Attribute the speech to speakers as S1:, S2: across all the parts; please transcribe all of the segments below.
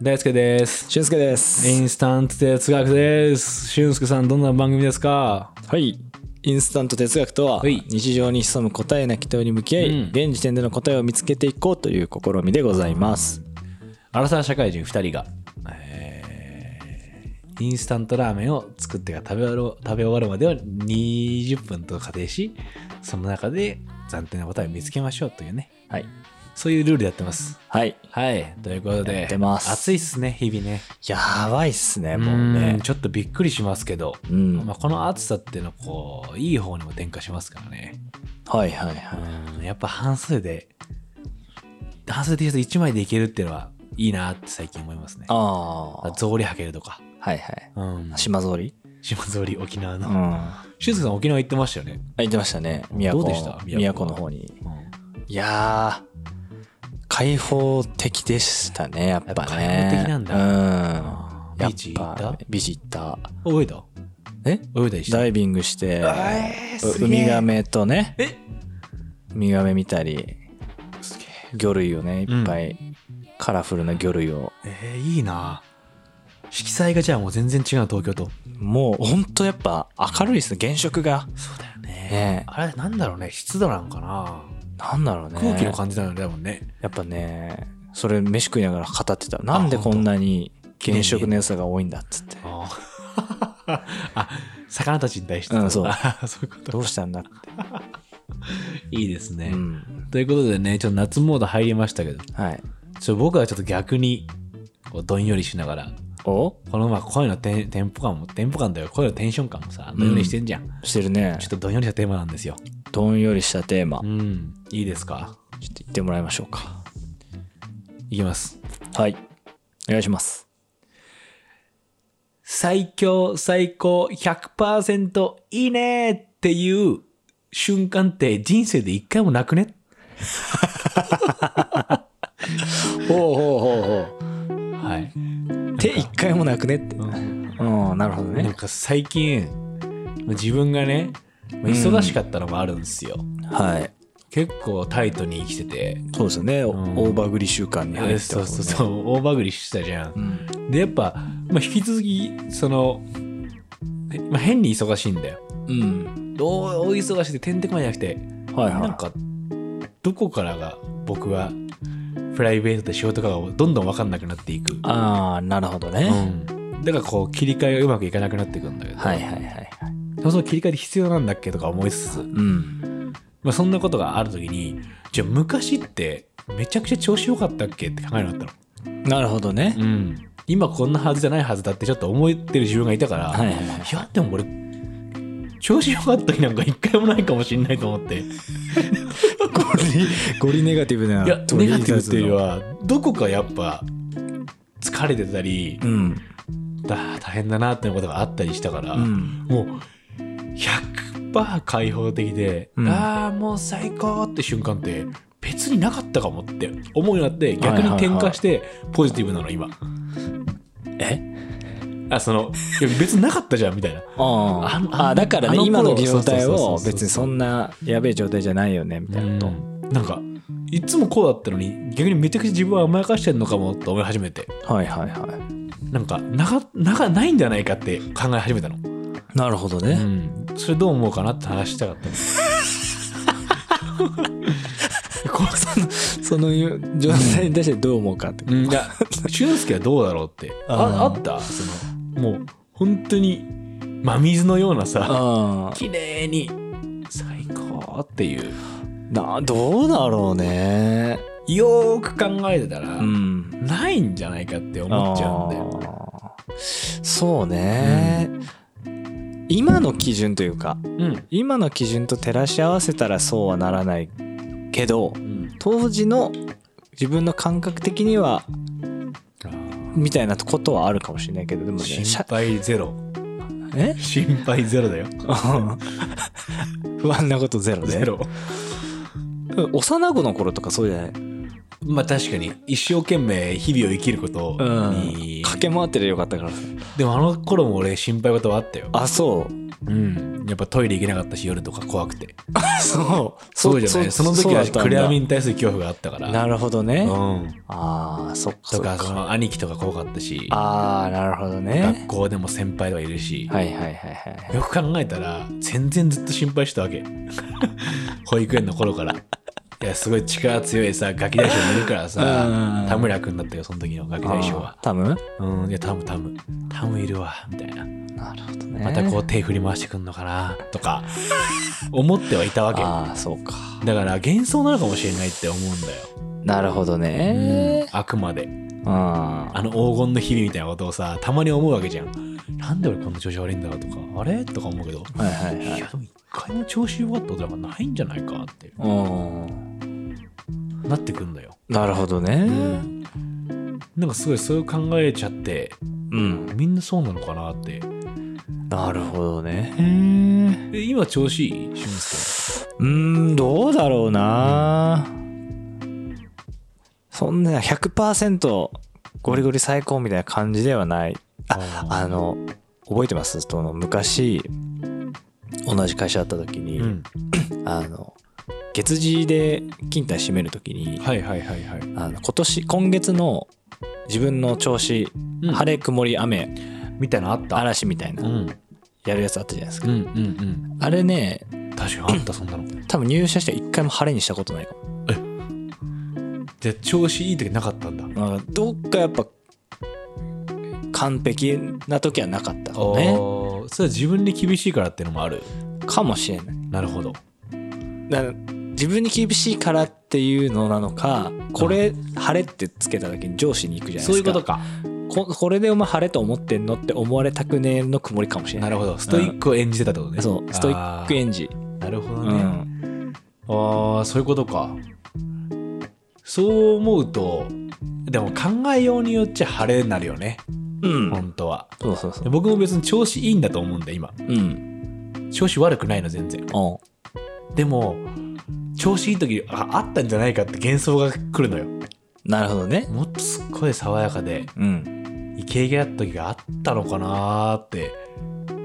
S1: 大輔です
S2: 俊介です
S1: インスタント哲学です俊介さんどんな番組ですか
S2: はいインスタント哲学とは
S1: はい
S2: 日常に潜む答えなき問いに向き合い、
S1: うん
S2: 現時点での答えを見つけていこうという試みでございます
S1: アラサー社会人2人が、えーインスタントラーメンを作ってから食べ終わる食べ終わるまでを20分と仮定しその中で暫定の答えを見つけましょうというね
S2: はい
S1: そういうルールでやってます
S2: はい
S1: はいということで
S2: やってます
S1: 暑いっすね日々ね
S2: やばいっすねも
S1: も
S2: う
S1: う
S2: ね
S1: ねちょっとびっくりしますけど、
S2: うん
S1: まあ、この暑さっていうのはこういい方にも転化しますからね
S2: はいはいは
S1: うんやっぱ半数で半数 T シャツ1枚でいけるっていうのはいいなって最近思いますね
S2: ああー
S1: 草履履けるとか、
S2: はいはい
S1: うん、
S2: 島ぞり
S1: 島草履沖縄
S2: う
S1: の、
S2: んあ
S1: 俊介さん沖縄行ってましたよね、
S2: 行ってましたね宮古
S1: どうでした宮古は
S2: 宮古の方にいやー開放的でしたねやっぱ
S1: やっ
S2: ね
S1: ぱ開放的なんだ
S2: うん
S1: ビーチ行った
S2: やぱビーチ行った
S1: 泳いだ
S2: え
S1: 泳いだりした
S2: ダイビングして
S1: えーすげ
S2: ウ
S1: え
S2: ミガメとね
S1: え
S2: ウミガメ見たり魚類をねいっぱい、カラフルな魚類を
S1: えーいいな色彩がじゃあもう全然違うの東京と
S2: もうほんとやっぱ明るいですね原色が
S1: そうだよ
S2: ね
S1: あれなんだろうね湿度なんかな
S2: なんだろうね
S1: 空気の感じなのだもんね
S2: やっぱねそれ飯食いながら語ってたなんでこんなに原色の良さが多いんだっ つって
S1: あーあ魚たちに対して
S2: うんそう
S1: あ そういうこと
S2: どうしたんだって、
S1: いいですね、
S2: うん
S1: ということでねちょっと夏モード入りましたけど
S2: はい
S1: ちょ僕はちょっと逆にこうどんよりしながら
S2: お
S1: このまあ声のテンテンポ感もテンポ感だよ声のテンション感もさどんよりしてんじゃん、
S2: してるね
S1: ちょっとどんよりしたテーマなんですよ
S2: どんよりしたテーマ
S1: うんいいですか
S2: ちょっと言ってもらいましょうか
S1: いきます
S2: はいお願いします
S1: 最強最高100%いいねっていう瞬間って人生で一回もなくね
S2: ほうほうほうほう
S1: はい
S2: って一回もなくねって。うん、なるほど
S1: なん
S2: ね。
S1: か最近自分がね忙しかったのもあるんですよ、
S2: はい。
S1: 結構タイトに生きてて、
S2: そうですよね。オ
S1: ん
S2: ーバーグリ週間に入って
S1: そ
S2: たもん
S1: う
S2: ね
S1: そうそう大バグりしてたじゃん、
S2: うん。
S1: でやっぱ、まあ、引き続きその、えまあ、変に忙しいんだよ
S2: うん。
S1: どう大忙しでてんてこまいじゃなくて
S2: はい
S1: なん
S2: は
S1: かどこからが僕はプライベートで仕事かがどんどん分かんなくなっていく
S2: い。、ああ、なるほど
S1: う
S2: ね。
S1: ん、だからこう切り替えがうまくいかなくなっていくんだけど、
S2: はいはいはい。
S1: そもそも切り替えって必要なんだっけとか思いつつ、
S2: うん。
S1: まあ、そんなことがある時にじゃあ昔ってめちゃくちゃ調子良かったっけって考えるようになったの。
S2: なるほどね。
S1: うん、今こんなはずじゃないはずだってちょっと思ってる自分がいたから、
S2: はい
S1: い
S2: はいはい。
S1: やでも俺調子良かった日なんか一回もないかもしれないと思ってい
S2: ゴリ、ゴリネガティブ
S1: や
S2: な
S1: ネガティブっていうより
S2: は。
S1: はどこかやっぱ疲れてたり、
S2: うん。
S1: だ大変だなってことがあったりしたから、
S2: うん。
S1: もう100%開放的で、
S2: うん
S1: ああもう最高って瞬間って別になかったかもって思うようになって逆に転化してポジティブなの今、
S2: え
S1: あそのいや別になかったじゃんみたいなあ
S2: あ
S1: の
S2: あ、だから
S1: あ
S2: ね、
S1: の頃
S2: 今の状態を
S1: そうそうそうそう
S2: 別にそんなやべえ状態じゃないよね、みたいなこと。
S1: なんかいつもこうだったのに逆にめちゃくちゃ自分は甘やかしてんのかもと思い始めて
S2: はいはいは
S1: なんかなかなかないんじゃないかって考え始めたの、
S2: い。なるほど
S1: う
S2: ね。
S1: ん、それどう思うかなって話したかったのこう
S2: そのその状態に対してどう思うかって。
S1: うん、いや俊介はどうだろうって ああ
S2: あー
S1: ったそのもう本当に真水のようなさ
S2: ああ。
S1: 綺麗に最高っていう
S2: などうだろうね
S1: よーく考えてたら、
S2: ん
S1: ないんじゃないかって思っちゃうんだよ
S2: あーそうね、今の基準というか
S1: うん
S2: 今の基準と照らし合わせたらそうはならないけど
S1: うん
S2: 当時の自分の感覚的には
S1: あー
S2: みたいなことはあるかもしれないけどでもね
S1: 心
S2: しゃ
S1: 配ゼロ
S2: え
S1: 心配ゼロだよ
S2: 不安なことゼロで
S1: ゼロ
S2: 幼子の頃とかそうじゃない
S1: まあ確かに一生懸命日々を生きることに、
S2: 駆け回ってりゃよかったからさ
S1: でもあの頃も俺心配事はあったよ
S2: あそう
S1: うんやっぱトイレ行けなかったし夜とか怖くて
S2: そう
S1: そうじゃないその時は暗闇に対する恐怖があったから
S2: なるほどね、
S1: うん
S2: ああそっかそ
S1: と
S2: っ
S1: か
S2: か
S1: その兄貴とか怖かったし
S2: ああなるほど
S1: 学
S2: ね
S1: 校でも先輩とかいるし、
S2: はいはいはいはい
S1: よく考えたら全然ずっと心配してたわけ 保育園の頃からいやすごい力強いさガキ大将もいるから
S2: う
S1: さ
S2: ん
S1: 田村君だったよその時のガキ大将は
S2: あータム
S1: うんいやタムタムタムいるわみたいな
S2: なるほどね
S1: またこう手振り回してくんのかなとか思ってはいたわけ
S2: ああそうか
S1: だから幻想なのかもしれないって思うんだよ、
S2: なるほどね
S1: あくまで
S2: うんあ
S1: あの黄金の日々みたいなことをさたまに思うわけじゃんなんで俺こんな調子悪いんだろうとかあれとか思うけど
S2: はいはいはい
S1: いやでも一回も調子良かったことなんかないんじゃないかって
S2: うん
S1: なってくんだよ。
S2: なるほどね
S1: なんかすごいそういう考えちゃって
S2: うん
S1: みんなそうなのかなって。
S2: なるほどね
S1: え今調子いい俊介。
S2: うーんどうだろうなそんな100%ゴリゴリ最高みたいな感じではない
S1: あ
S2: あの覚えてますその昔同じ会社だった時に、
S1: うん。
S2: あの月次で勤怠締める時に、
S1: はいはいはいはい。
S2: あの今年今月の自分の調子、
S1: うん
S2: 晴れ曇り雨
S1: みたいなのあった。
S2: 嵐みたいな、
S1: うん
S2: やるやつあったじゃないですか、
S1: うんうんうん。
S2: あれね
S1: 確かにあったそんな の。
S2: 多分入社して一回も晴れにしたことないかも
S1: じゃあ調子いい時なかったんだ。
S2: なんかどっかやっぱ完璧な時はなかったかもね
S1: おーそれは自分に厳しいからっていうのもある。
S2: かもしれない
S1: なるほど。
S2: だから自分に厳しいからっていうのなのかこれ「晴れ」ってつけた時に上司に行くじゃないですか
S1: か。
S2: ここれでお前晴れと思ってんのって思われたくねえの曇りかもしれ
S1: な
S2: な
S1: いるほど。ストイックを演じてたってことね。
S2: そうストイック
S1: 演
S2: エンジ
S1: なるほ
S2: う
S1: どね。
S2: ん
S1: ああそういうことかそう思うとでも考えようによっちゃ晴れになるよね
S2: うん
S1: 本当は
S2: そうそうそう
S1: で僕も別に調子いいんだと思うんだ今
S2: うん
S1: 調子悪くないの全然
S2: おう
S1: でも調子いい時ああったんじゃないかって幻想が来るのよ
S2: なるほどね
S1: もっとすっごい爽やかで
S2: うん
S1: イケイケだった時があったのかなーって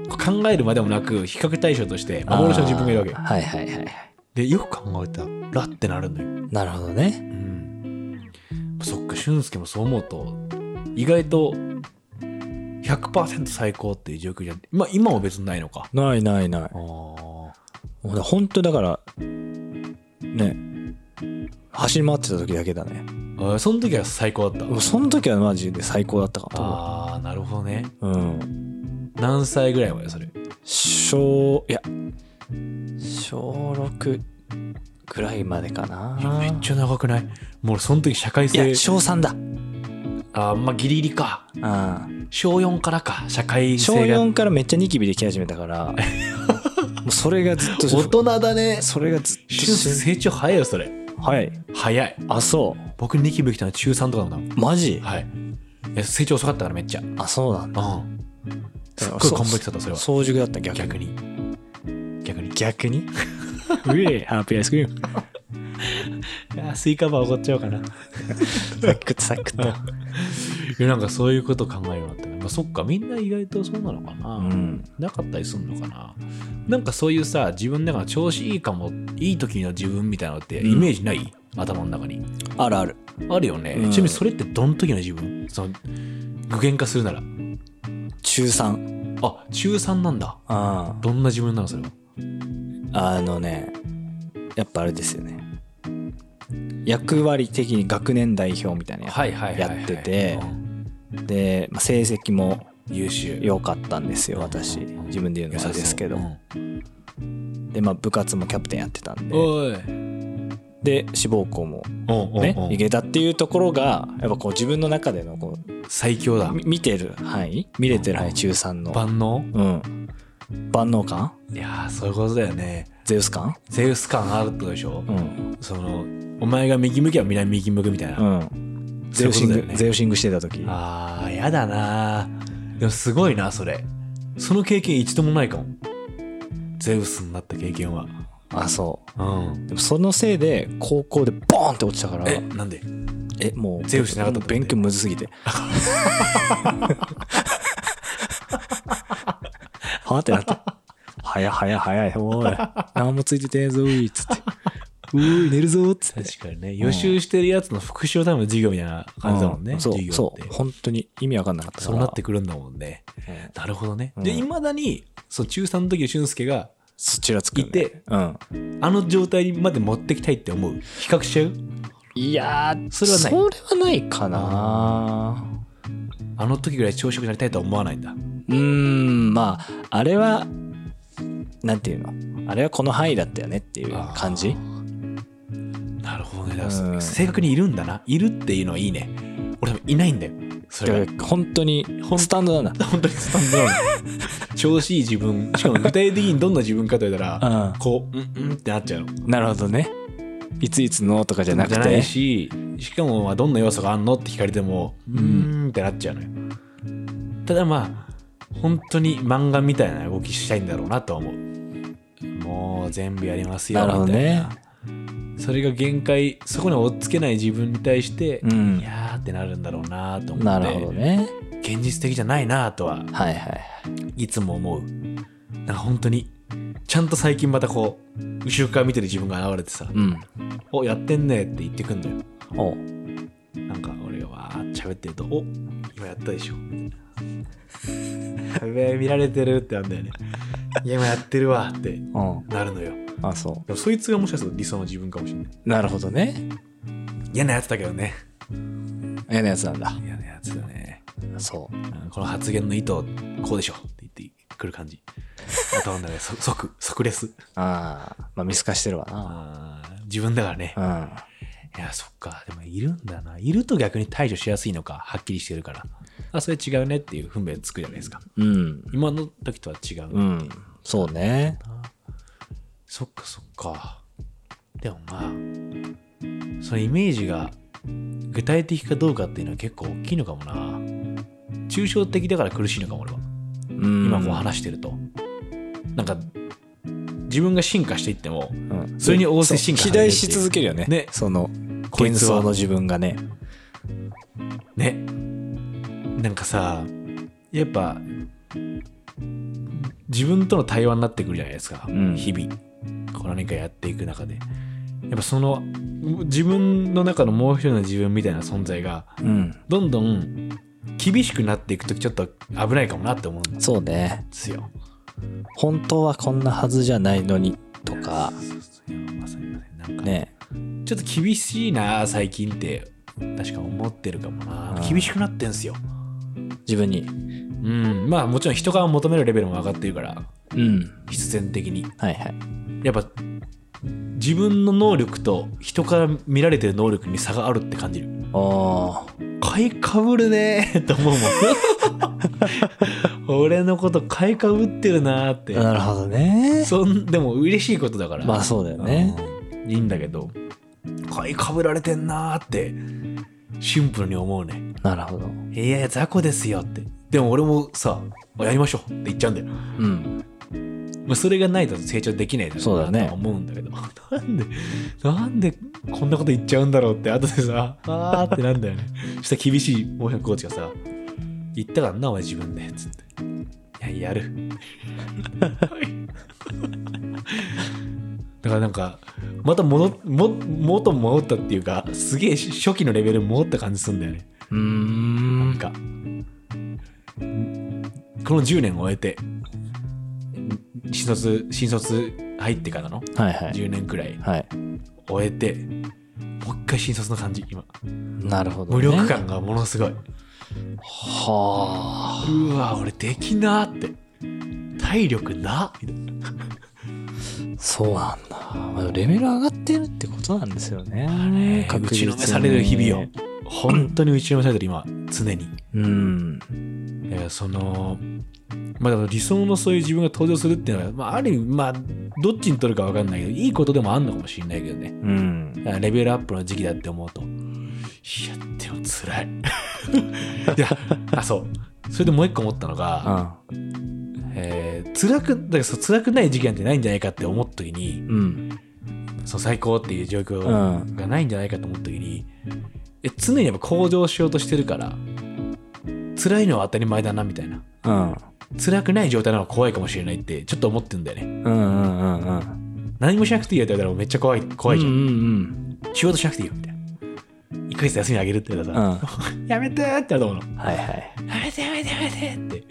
S1: 考えるまでもなく比較対象として幻の自分がいるわけ
S2: あーはいはいはいはい
S1: でよく考えたらってなるのよ
S2: なるほどね
S1: うん、そっか俊介もそう思うと意外と100%最高っていう状況じゃん、まあ、今は別にないのか
S2: ないないない
S1: あー
S2: もうね本当にだからね走り回ってた時だけだね
S1: あーその時は最高だった
S2: もうその時はマジで最高だったかと
S1: ああなるほどね
S2: 思ううん
S1: 何歳ぐらいまでそれ
S2: 小いや小6ぐらいまでかない
S1: やめっちゃ長くないもうその時社会
S2: い
S1: 性
S2: や小3だ
S1: あーまあギリギリか
S2: うん
S1: 小4からか社会
S2: 小
S1: 性が
S2: 4からめっちゃニキビでき始めたから もうそれがずっと
S1: 大人だね
S2: それがずっと
S1: 俊介成長早いよそれ
S2: はい
S1: 早い
S2: あそ
S1: 僕ニキビ来たの中3とかだもん
S2: うマジ
S1: はいいや成長遅かったからめっちゃ
S2: あそうなんだ
S1: うん。すっごい完璧だった、それは。
S2: 早熟だった逆に
S1: 逆に。逆に。
S2: 逆にうえハッピーアイスクリーム
S1: あ スイカバー怒っちゃおうかな。い
S2: サクッサクッと
S1: や、なんかそういうこと考えるようになったね。まあ、そっか、みんな意外とそうなのかな。
S2: うん
S1: なかったりすんのかな。なんかそういうさ、自分の中の調子いいかも、いい時の自分みたいなのって、
S2: うん
S1: イメージない、頭の中に。
S2: あるある
S1: あるよね。
S2: うん
S1: ちなみにそれってどの時の自分その、具現化するなら。
S2: 中3
S1: あ、中3なんだ。
S2: あ
S1: どんな自分なの、それは。
S2: あのねやっぱあれですよね役割的に学年代表みたいなやつ、
S1: はいはいはい、はい。
S2: やってて
S1: うん
S2: で、まあ、成績も
S1: 優秀。
S2: 良かったんですよ私
S1: うん
S2: 自分で言うのはあれですけど、
S1: 良さ
S2: で、まあ、部活もキャプテンやってたん
S1: そう
S2: で
S1: うんおい。
S2: で志望校もね
S1: ね
S2: いけたっていうところがやっぱこう自分の中でのこ
S1: 最強だ
S2: うみ見てる範囲見れてる範囲中3の、
S1: 万能
S2: うん、万能感
S1: いやーそういうことだよね
S2: ゼウス感
S1: ゼウス感あるってことでしょ、
S2: うん、
S1: そのお前が右向けばみんな右向くみたいな、
S2: うん、
S1: そういう
S2: ゼウ
S1: こと
S2: シン
S1: だ
S2: グ、
S1: よね
S2: ゼウシングしてた時
S1: あーやだなーでもすごいなそれその経験一度もないかもゼウスになった経験は
S2: あそう
S1: うん。
S2: でもそのせいで高校でボーンって落ちたから
S1: え、なんで
S2: えもう
S1: ゼロしなかった
S2: もう勉強むずす ぎてはあってなった早い早い早いおい何もついててねえぞういっつってうい寝るぞっつって
S1: 確かにね。予習してるやつの復習のための授業みたいな感じだもんね。
S2: うんそう
S1: 授業
S2: そ
S1: って
S2: う。本当に意味わかんなかったから
S1: そうなってくるんだもんね。
S2: うん
S1: なるほどね。
S2: うん
S1: で、いまだに、そう、中3の時の俊介が、
S2: そちらつくんだ
S1: いて
S2: うん
S1: あの状態にまで持ってきたいって思う。比較しちゃう
S2: いやー
S1: それはない
S2: それはないかな
S1: あの時ぐらい朝食になりたいとは思わないんだ。
S2: うーんまああれはなんていうのあれはこの範囲だったよねっていう感じ
S1: なるほどね。だから
S2: うん
S1: 正確にいるんだな。いるっていうのはいいね。俺もいないんだよ。それ
S2: だ
S1: が
S2: から本当に
S1: ほん
S2: スタンドなんだ
S1: 本当にスタンドなの調子いい自分しかも具体的にどんな自分かと言ったら
S2: う
S1: こううんうんってなっちゃうの
S2: んなるほどねいついつのとかじゃなく
S1: じゃ
S2: て
S1: ないししかもまあどんな要素があんのって聞かれてもうんーんってなっちゃうのよただまあ本当に漫画みたいな動きしたいんだろうなとは思うもう全部やりますよ
S2: なるほど
S1: みたい
S2: ね
S1: なそれが限界そこに追っつけない自分に対して、
S2: うん
S1: いやーってなるんだろうなと思って
S2: なるほどね
S1: 現実的じゃないなとは
S2: はいはい
S1: いつも思う。なんか本当に、ちゃんと最近またこう、後ろから見てる自分が現れてさ、
S2: うん
S1: お、やってんねって言ってくんだよ。
S2: おう
S1: なんか俺がわーって喋ってると、お、今やったでしょ。みたいな やべえ、見られてるってなんだよね。いや、今やってるわって
S2: うん
S1: なるのよ。
S2: あそ
S1: でもそいつがもしかすると理想の自分かもしれない。
S2: うなるほどね
S1: 嫌なやつだけどね。
S2: 嫌なやつなんだ
S1: 嫌なやつだね。
S2: そう
S1: うんこの発言の意図、こうでしょって言ってくる感じ。頭の中でそ 即、即レス。
S2: ああまあ見透かしてるわ
S1: あー自分だからね。
S2: ない
S1: や、そっか。でも、いるんだな。いると逆に対処しやすいのか、はっきりしてるから。あ、それ違うねっていう分別つくじゃないですか。
S2: うんうん
S1: 今の時とは違う。
S2: うんそうね
S1: そっか、そっか。でもまあ、そのイメージが具体的かどうかっていうのは結構大きいのかもな。抽象的だから苦しいのかも、俺は。今
S2: 今
S1: こう話してると。なんか、自分が進化していっても、
S2: うん
S1: それに応じて進化
S2: そう肥大し続けるよね
S1: ね
S2: その
S1: こい
S2: 幻
S1: つは
S2: 想の自分がね
S1: ねなんかさやっぱ自分との対話になってくるじゃないですか、
S2: ん
S1: 日々こう何かやっていく中でやっぱその自分の中のもう一人の自分みたいな存在が
S2: うん
S1: どんどん厳しくなっていく時ちょっと危ないかもなって思うんで
S2: そうね
S1: すよ。
S2: 本当はこんなはずじゃないのにとか
S1: そうそういやまさにまさになんか
S2: ね
S1: ちょっと厳しいな最近って確か思ってるかもな
S2: うん
S1: 厳しくなってんすよ。
S2: 自分に
S1: うんまあもちろん人が求めるレベルも上がってるから
S2: うん
S1: 必然的に
S2: はいはい
S1: やっぱ自分の能力と人から見られてる能力に差があるって感じる
S2: あ
S1: 買いかぶるね ーと思うもん 俺のこと買いかぶってるなーって
S2: あなるほどね
S1: そんでも嬉しいことだから
S2: まあそうだよね
S1: うんいいんだけど買いかぶられてんなーってシンプルに思うね
S2: なるほど
S1: いやいや雑魚ですよってでも俺もさやりましょうって言っちゃうんだよ
S2: うん
S1: まあ、それがないと成長できないだ
S2: そう
S1: ろ
S2: だ
S1: うな
S2: ね
S1: とは思うんだけど、 なんでなんでこんなこと言っちゃうんだろうって後でさ あーってなんだよねそしたら厳しいモーヘンコーチがさ言ったからなお前自分でつっていややる だからなんかまた戻っも元に戻ったっていうかすげえ初期のレベルに戻った感じすんだよね
S2: うー
S1: なん
S2: ん
S1: か、この10年を終えて、新卒、新卒入ってからの
S2: はいはい
S1: 10年くらい
S2: はい
S1: 終えて、もう一回新卒の感じ、今。
S2: なるほどね
S1: 無力感がものすごい。
S2: はあ
S1: うわ、俺できなって。体力なみたいな
S2: そうなんだまあレベル上がってるってことなんですよね
S1: 打ちのめされる日々を。本当に打ちのめされてる、今、常に。
S2: うん
S1: だからその、まあ、でも理想のそういう自分が登場するっていうのは、まあ、ある意味、まあ、どっちに取るか分かんないけど、いいことでもあんのかもしれないけどね。
S2: うん
S1: レベルアップの時期だって思うと、いや、でも辛い。 いや、あ、そう。それでもう一個思ったのが、
S2: あ
S1: えね辛くだからそう辛くない時期なんてないんじゃないかって思った時に
S2: うん
S1: そう最高っていう状況
S2: う
S1: が
S2: ん
S1: ないんじゃないかと思った時に、え常にやっぱ向上しようとしてるから辛いのは当たり前だなみたいな
S2: うん
S1: 辛くない状態なのが怖いかもしれないってちょっと思ってるんだよね
S2: うんうんうんうん
S1: 何もしなくていいよって言われたらめっちゃ怖い怖いじゃん、
S2: うんうん
S1: 仕事しなくていいよみたいな1ヶ月休みあげるって言ったらさ、やめてーってなると思うの
S2: うんはいはい
S1: やめてやめてやめてって。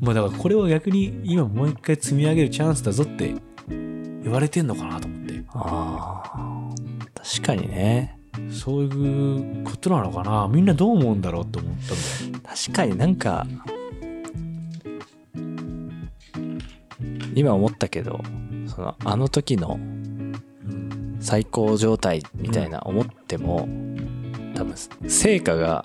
S1: もうだからこれを逆に今もう一回積み上げるチャンスだぞって言われてんのかなと思って。
S2: あー確かにね
S1: そういうことなのかなみんなどう思うんだろうって思ったんだよ。
S2: 確かになんか今思ったけどそのあの時の
S1: うん
S2: 最高状態みたいな思っても、多分成果が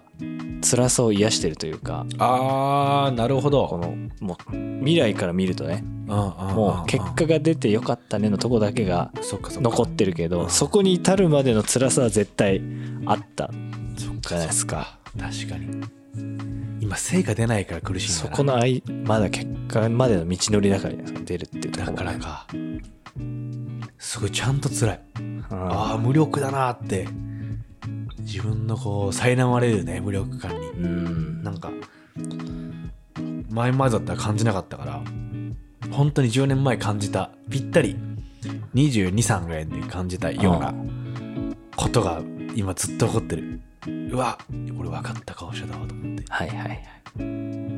S2: 辛さを癒してるというか
S1: あー、なるほ
S2: こ
S1: ど。
S2: のもう未来から見るとねも
S1: も
S2: う結果が出てよかったねのとこだけが
S1: そっかそっか
S2: 残ってるけ
S1: う
S2: ど
S1: ん
S2: そこに至るまでの辛さは絶対あった
S1: そっか
S2: じゃないですか
S1: 確かに。今成果出ないから苦しいんだ
S2: そ
S1: な
S2: このあいまだ結果までの道のりだからじゃないですか出るっていうとこ
S1: だ
S2: ろ
S1: からか。すごいちゃんと辛い。
S2: あ
S1: ああ、無力だなーって。自分のこう、苛まれるね、無力感に。
S2: うん
S1: なんか前までだったら感じなかったから本当に10年前感じたぴったり223ぐらいで感じたようなことが今ずっと起こってるうわ俺分かった顔してたわと思って
S2: はいはいはい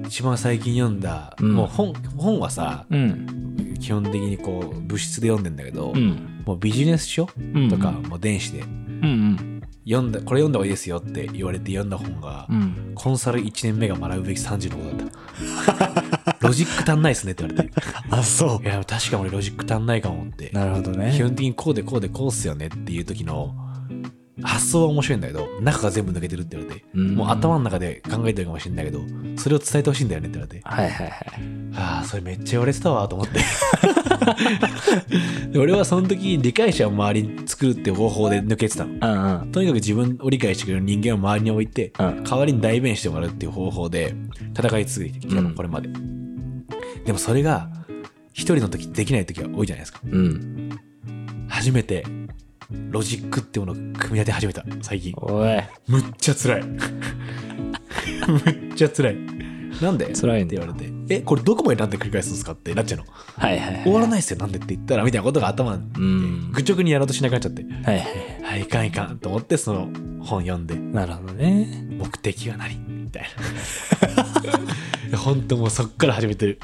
S1: 一番最近読んだ、
S2: うん
S1: もう本本はさ
S2: うん
S1: 基本的にこう物質で読んでんだけど、
S2: うん
S1: もうビジネス書
S2: うん
S1: とか、もう電子で
S2: うん
S1: 読んだこれ読んだ方がいいですよって言われて読んだ本が、
S2: うんうん
S1: コンサル1年目が学ぶべき30のことだった。ロ ジック足んないっすねって言われて。
S2: あそ
S1: いや、確か俺ロジック足んないかもって
S2: う。なるほどね
S1: 基本的にこうでこうでこうっすよねっていう時の発想は面白いんだけど、中が全部抜けてるって言われて。
S2: うん
S1: もう頭の中で考えてるかもしれないけど、それを伝えてほしいんだよねって言われて。
S2: はいはいはい。
S1: ああ、それめっちゃ言われてたわと思 って。で俺はその時理解者を周りに作るっていう方法で抜けてたの。
S2: うんうん。
S1: とにかく自分を理解してくれる人間を周りに置いて、
S2: うん。
S1: 代わりに代弁してもらうっていう方法で戦い続けてきたの、
S2: うん
S1: これまででもそれが一人の時できない時が多いじゃないですか
S2: うん。
S1: 初めてロジックってものを組み立て始めた最近
S2: おい。
S1: むっちゃ 辛いむっちゃ辛いなんで
S2: 辛いん
S1: って
S2: だ
S1: 言われて「えこれどこまでなんで繰り返すんですか?」ってなっちゃうの
S2: はいはい、はい。
S1: 終わらないっすよなんでって言ったらみたいなことが頭に
S2: うん。
S1: 愚直にやろうとしなくなっちゃって
S2: はいはい。
S1: あいかんいかんと思ってその本読んで
S2: なるほどね。
S1: 目的は何みたいな 本当もうそっから始めてる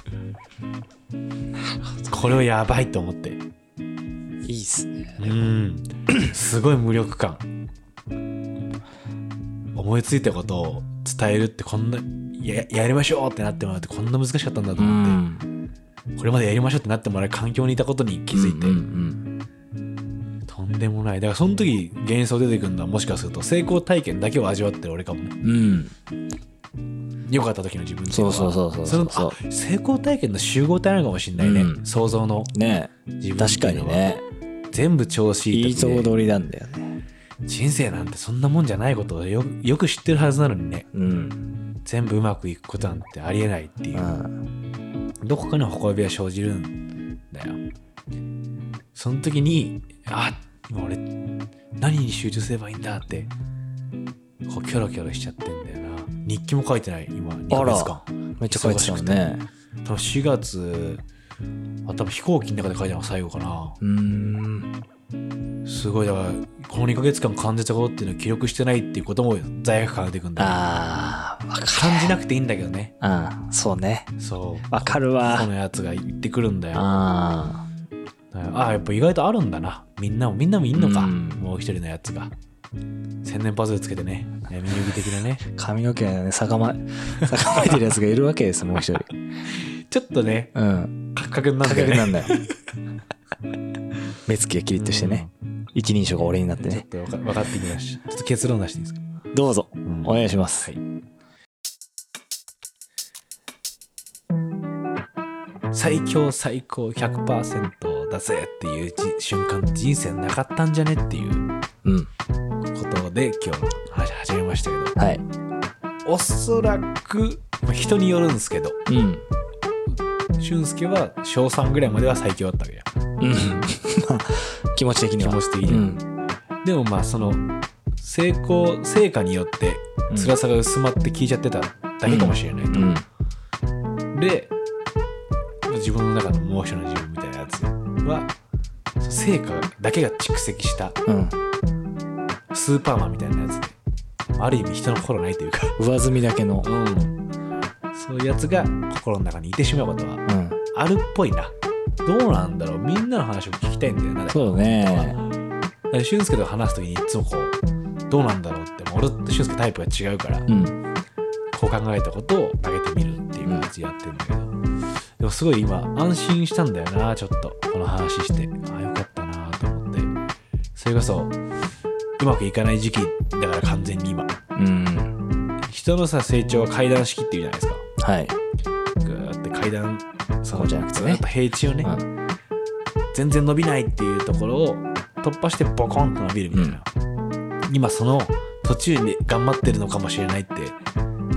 S1: これはやばいと思って
S2: いいっすね。
S1: うんすごい無力感思いついたことを伝えるってこんなややりましょうってなってもらうってこんな難しかったんだと
S2: う
S1: 思っ
S2: ん。
S1: てこれまでやりましょうってなってもらう環境にいたことに気づいて、
S2: うんうん
S1: とんでもないだからその時幻想出てくるのはもしかすると成功体験だけを味わってる俺かもね
S2: うん。うん。
S1: 良かった時の自分ってい
S2: そ
S1: の
S2: う
S1: は
S2: そうそうそう
S1: そ
S2: そ
S1: の
S2: うそ
S1: あ成功体験の集合体なのかもしれないね、
S2: うん
S1: 想像の
S2: う。ね
S1: 自分っ
S2: 確
S1: て
S2: か
S1: いう
S2: に
S1: のは
S2: ね。
S1: 全部調子い
S2: い
S1: い
S2: い
S1: 時
S2: とこ
S1: で
S2: 取りなんだよね。
S1: 人生なんてそんなもんじゃないことをよよく知ってるはずなのにね
S2: うん。。
S1: 全部うまくいくことなんてありえないっていううんどこかに誇びは生じるんだよその時にあ今俺何に集中すればいいんだってこうキョロキョロしちゃってんだよな日記も書いてない今2ヶ月間
S2: めっちゃ書いてたもんね。
S1: 多分4月あ多分飛行機の中で書いたのが最後かな
S2: うーん。
S1: すごいだからこの2ヶ月間感じたことっていうのを記録してないっていうことも罪悪感出てくんだ
S2: ああ、わか
S1: 感じなくていいんだけどね
S2: る。うん。そうね。
S1: そう
S2: わかる
S1: こ
S2: わ。
S1: のやつが言ってくるんだよあ
S2: あ
S1: あやっぱ意外とあるんだなみんなもみんなもいんのか
S2: うん
S1: もう一人のやつが千年パズルつけてね闇指的なね
S2: あ。髪の毛がね、逆ま、 逆まえてるやつがいるわけです、もう一人。
S1: ちょっとね
S2: うん。
S1: カクカクにな
S2: 価
S1: んだよ
S2: 格
S1: ね
S2: なんだよ。 目つきがキリッとしてね。一人称が俺になって
S1: うんちょっ
S2: ね。
S1: とわか分かってきましたちょっと結論出していいですか、
S2: どうぞ、
S1: うん
S2: お願いします。
S1: 最強最高100%だぜっていうじ瞬間人生なかったんじゃねっていう
S2: うん。
S1: ことで今日の話始めましたけど
S2: はい。
S1: おそらくまあ人によるんですけど
S2: うん。
S1: 俊介は小3ぐらいまでは最強だったわけじゃ
S2: うんまあ 気持ち的には
S1: 気持ち的に
S2: う
S1: は
S2: ん
S1: んでもまあその成功成果によって辛さが薄まって聞いちゃってただけかもしれないと、
S2: うん
S1: で自分の中の猛暑の自分みたいなやつは成果だけが蓄積した
S2: うん
S1: スーパーマンみたいなやつである意味人の心ないというか
S2: 上積みだけの
S1: うん、そういうやつが心の中にいてしまうことは
S2: うん
S1: あるっぽいな。どうなんだろうみんなの話を聞きたいんだよな。
S2: そうだね
S1: だから俊介と話すときにいつもこう、どうなんだろうって、もう俺と俊介タイプが違うから、
S2: うん
S1: こう考えたことを投げてみるっていう形でやってるんだけど、でもすごい今、安心したんだよな、ちょっと、この話して。ああ、よかったなと思って。それこそ、うまくいかない時期だから完全に今。
S2: うん
S1: 人のさ、成長は階段式っていうじゃないですか。
S2: はい
S1: ぐーって階段そ
S2: こうじゃなくてね
S1: ずーっと平地をね、
S2: うん
S1: 全然伸びないっていうところを突破してボコンと伸びるみたいな、今その途中で頑張ってるのかもしれないって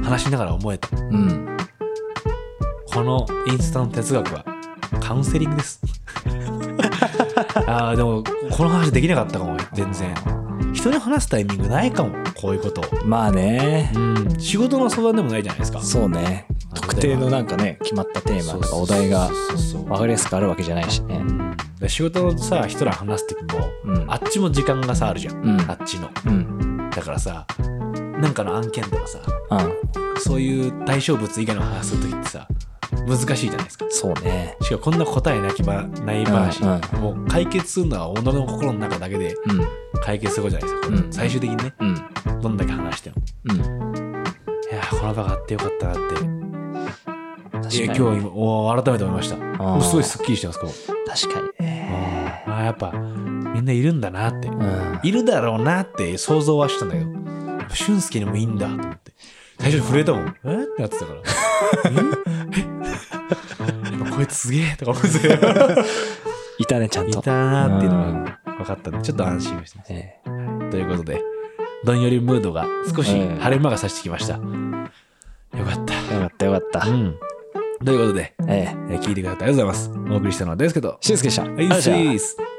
S1: 話しながら思えた
S2: うん
S1: このインスタの哲学はカウンセリングです あーでもこの話できなかったかも全然人に話すタイミングないかもこういうことを
S2: まあね
S1: うん仕事の相談でもないじゃないですか
S2: そうね特定のなんかね決まったテーマとかお題が
S1: そうそうそう
S2: 分かりやすくあるわけじゃないしね
S1: で仕事のさ人ら話す時も、
S2: うん
S1: あっちも時間がさあるじゃん、
S2: うん
S1: あっちの
S2: うん
S1: だからさなんかの案件とかさ
S2: うん
S1: そういう対象物以外の話する時ってさ難しいじゃないですか
S2: そうね
S1: しかもこんな答えなきばない話、
S2: うん
S1: もう解決するのは己の心の中だけで
S2: うん
S1: 解決することじゃないですか、
S2: うん
S1: 最終的にね
S2: うん
S1: どんだけ話しても
S2: うん
S1: いやーこの場があってよかったなって
S2: 確か
S1: い
S2: に
S1: や今日今おー改めて思いましたもうすごいすっきりしてますここ
S2: 確かに
S1: あ
S2: ね
S1: ーあーやっぱみんないるんだなって
S2: うん
S1: いるだろうなって想像はしたんだけど、やっぱ俊介にもいいんだと思って。最初に震えたもん。えってなってたから。ええやっぱこいつすげえとか思ってたから
S2: いたねちゃん
S1: い
S2: と
S1: たなーっていうのが分かったんで、ちょっと安心してます。
S2: ええ
S1: ということで、どんよりムードが少し
S2: うん
S1: 晴れ間が差してきました。よかった。
S2: よかったよかった
S1: うん。ということで、
S2: ええ
S1: えー聞いてくださってありがとうございます。お送りしたのは大輔と、
S2: 俊介でしたありがとうございました
S1: はい、スイス。